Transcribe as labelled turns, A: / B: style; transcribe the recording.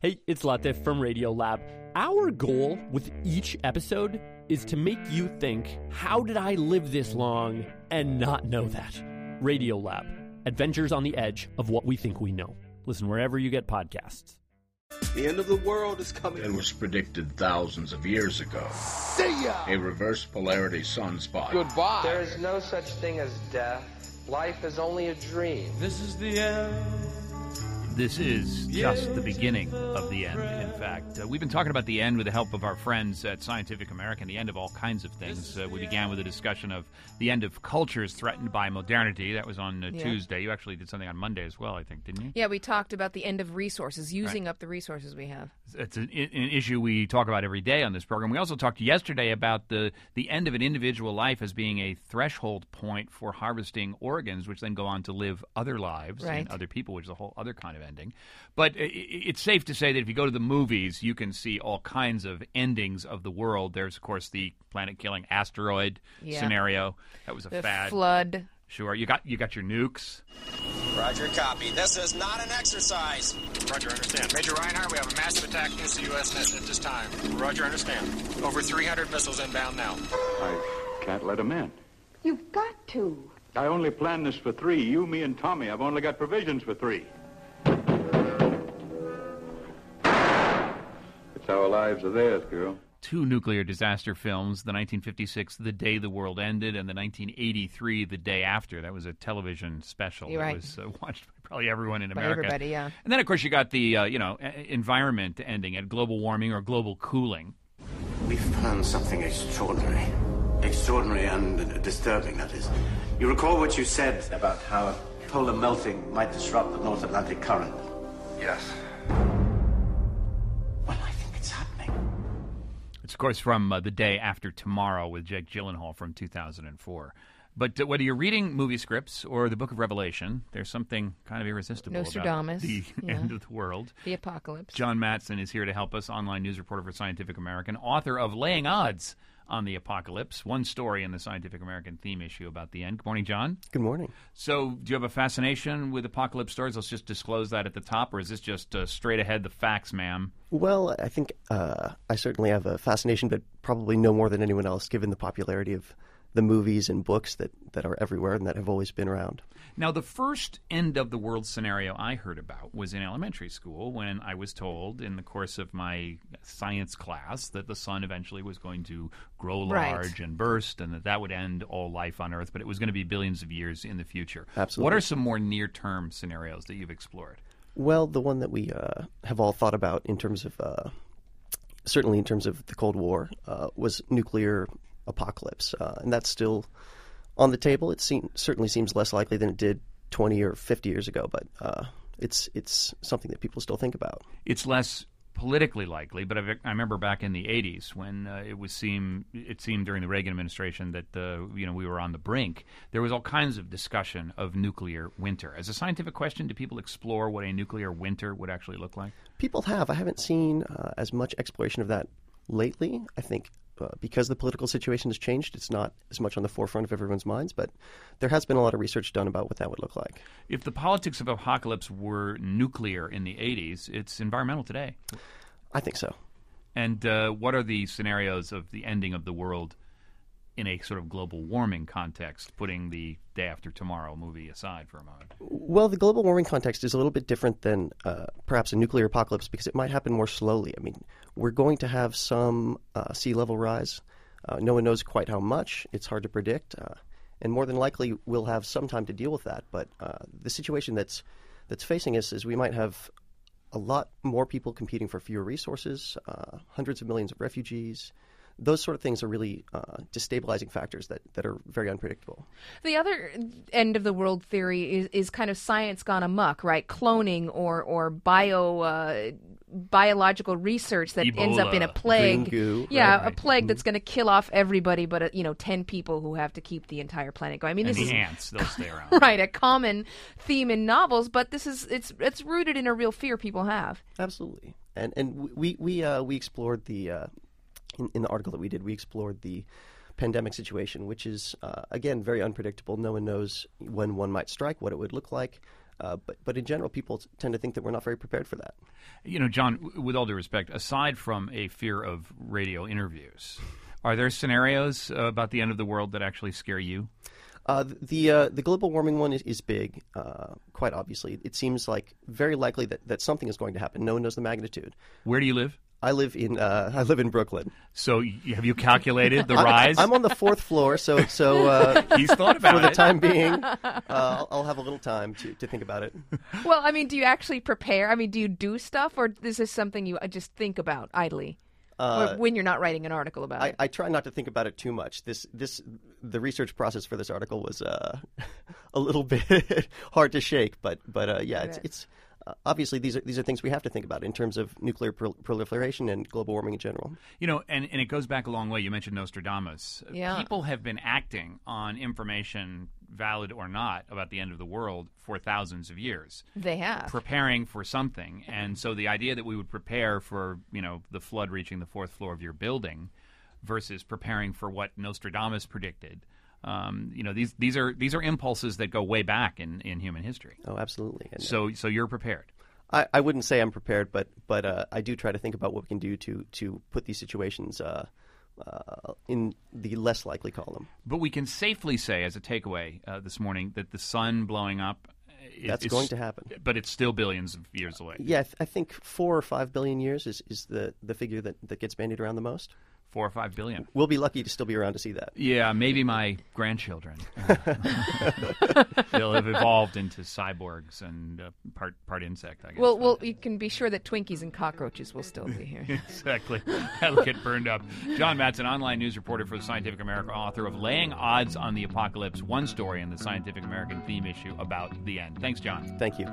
A: Hey, it's Latif from Radio Lab. Our goal with each episode is to make you think, how did I live this long and not know that? Radio Lab, adventures on the edge of what we think we know. Listen wherever you get podcasts.
B: The end of the world is coming.
C: It was predicted thousands of years ago.
B: See ya!
C: A reverse polarity sunspot.
B: Goodbye.
D: There is no such thing as death. Life is only a dream.
E: This is the end.
F: This is just the beginning of the end, in fact. Uh, we've been talking about the end with the help of our friends at Scientific American, the end of all kinds of things. Uh, we began with a discussion of the end of cultures threatened by modernity. That was on uh,
G: Yeah.
F: Tuesday. You actually did something on Monday as well, I think, didn't you?
G: Yeah, we talked about the end of resources, using up the resources we have.
F: It's an, i- an issue we talk about every day on this program. We also talked yesterday about the, the end of an individual life as being a threshold point for harvesting organs, which then go on to live other lives and
G: Right.
F: other people, which is a whole other kind of ending. But i- i it's safe to say that if you go to the movies, you can see all kinds of endings of the world. There's, of course, the planet killing asteroid
G: Yeah.
F: scenario. That was a
G: The
F: fad.
G: flood.
F: Sure, you got you got your nukes.
H: Roger, copy. This is not an exercise. Roger, understand. Major Reinhardt, we have a massive attack against the U.S. net at this time. Roger, understand. Over 300 missiles inbound now.
I: I can't let him in.
J: You've got to.
I: I only planned this for three, you, me, and Tommy. I've only got provisions for three. It's our lives are theirs, girl.
F: two nuclear disaster films the 1956 the day the world ended and the 1983 the day after that was a television special
G: You're
F: that
G: right.
F: was uh, watched by probably everyone in
G: By
F: america
G: everybody, yeah.
F: and then of course you got the uh, you know e- environment ending at global warming or global cooling
K: We've found something extraordinary. Extraordinary and disturbing, that is. You recall what you said about how polar melting might disrupt the North Atlantic current? Yes. Well, I think it's happening.
F: it's of course from uh, the day after tomorrow with jake gyllenhaal from 2004 but uh, whether you're reading movie scripts or the book of revelation there's something kind of irresistible
G: Nostradamus,
F: about the
G: yeah.
F: end of the world
G: The apocalypse.
F: John Matson is here to help us, online news reporter for Scientific American, author of Laying Odds on the Apocalypse, one story in the Scientific American theme issue about the end. Good morning, John.
L: Good morning.
F: So, do you have a fascination with apocalypse stories? Let's just disclose that at the top, or is this just uh, straight ahead the facts, ma'am?
L: Well, I think uh, I certainly have a fascination, but probably no more than anyone else, given the popularity of the movies and books that, that are everywhere and that have always been around.
F: Now, the first end of the world scenario I heard about was in elementary school when I was told in the course of my science class that the sun eventually was going to grow
M: Right.
F: large and burst and that that would end all life on Earth, but it was going to be billions of years in the future.
L: Absolutely.
F: What are some more near term scenarios that you've explored?
L: Well, the one that we uh, have all thought about in terms of, uh, certainly in terms of the Cold War, uh, was nuclear apocalypse. Uh, and that's still on the table. It seem, certainly seems less likely than it did 20 or 50 years ago, but uh, it's, it's something that people still think about.
F: It's less politically likely, but I, I remember back in the 80s when uh, it was seem it seemed during the Reagan administration that uh, you know we were on the brink. There was all kinds of discussion of nuclear winter. As a scientific question, do people explore what a nuclear winter would actually look like?
L: People have. I haven't seen uh, as much exploration of that lately. I think uh, because the political situation has changed, it's not as much on the forefront of everyone's minds, but there has been a lot of research done about what that would look like.
F: If the politics of apocalypse were nuclear in the 80s, it's environmental today.
L: I think so.
F: And uh, what are the scenarios of the ending of the world in a sort of global warming context, putting the day after tomorrow movie aside for a moment?
L: Well, the global warming context is a little bit different than uh, perhaps a nuclear apocalypse because it might happen more slowly. I mean, we're going to have some uh, sea level rise. Uh, no one knows quite how much. It's hard to predict, uh, and more than likely, we'll have some time to deal with that. But uh, the situation that's that's facing us is we might have a lot more people competing for fewer resources, uh, hundreds of millions of refugees. Those sort of things are really uh, destabilizing factors that, that are very unpredictable.
G: The other end of the world theory is, is kind of science gone amok, right? Cloning or or bio uh, biological research that ends up in a
N: Ebola.
G: plague.
N: Dengue,
G: yeah,
N: right, right.
G: a plague
F: Mm-hmm.
G: that's going to kill off everybody, but uh, you know, ten people who have to keep the entire planet going. I mean,
F: and
G: this
F: the
G: is
F: ants, they'll stay around.
G: right a common theme in novels, but this is it's it's rooted in a real fear people have.
L: Absolutely. And and we we uh, we explored the uh, in, in the article that we did, we explored the pandemic situation, which is uh, again very unpredictable. No one knows when one might strike, what it would look like. Uh, but, but in general, people t- tend to think that we're not very prepared for that.
F: You know, John, w- with all due respect, aside from a fear of radio interviews, are there scenarios uh, about the end of the world that actually scare you?
L: Uh, th- the uh, the global warming one is, is big, uh, quite obviously. It seems like very likely that, that something is going to happen. No one knows the magnitude.
F: Where do you live?
L: I live in uh, I live in Brooklyn.
F: So y- have you calculated the
L: I'm-
F: rise?
L: I'm on the fourth floor, so so uh,
F: He's thought about
L: for the
F: it.
L: time being. Uh, I'll, I'll have a little time to, to think about it.
G: Well, I mean, do you actually prepare? I mean, do you do stuff, or is this something you uh, just think about idly,
L: Uh,
G: or when you're not writing an article about
L: I,
G: it?
L: I try not to think about it too much. This this the research process for this article was uh, a little bit hard to shake, but but uh, yeah, it's
G: Right.
L: it's uh, obviously these are these are things we have to think about in terms of nuclear prol- proliferation and global warming in general.
F: You know, and, and it goes back a long way. You mentioned Nostradamus.
G: Yeah.
F: People have been acting on information, valid or not, about the end of the world for thousands of years,
G: They have.
F: preparing for
L: Mm-hmm.
F: something. And so the idea that we would prepare for, you know, the flood reaching the fourth floor of your building versus preparing for what Nostradamus predicted. Um, you know, these, these are these are impulses that go way back in, in human history.
L: Oh, absolutely. And
F: So so you're prepared.
L: I, I wouldn't say I'm prepared, but but uh, I do try to think about what we can do to to put these situations uh, uh, in the less likely column.
F: But we can safely say, as a takeaway uh, this morning, that the sun blowing up. Is,
L: That's
F: is-
L: going to happen.
F: But it's still billions of years away.
L: Yeah, I, th- I think four or five billion years is, is the, the figure that, that gets bandied around the most.
F: Four or five billion.
L: We'll be lucky to still be around to see that.
F: Yeah, maybe my grandchildren. They'll have evolved into cyborgs and uh, part part insect, I guess.
G: Well, well, you can be sure that Twinkies and cockroaches will still be here.
F: exactly. That'll get burned up. John Matson, online news reporter for the Scientific American, author of Laying Odds on the Apocalypse, one story in the Scientific American theme issue about the end. Thanks, John.
L: Thank you.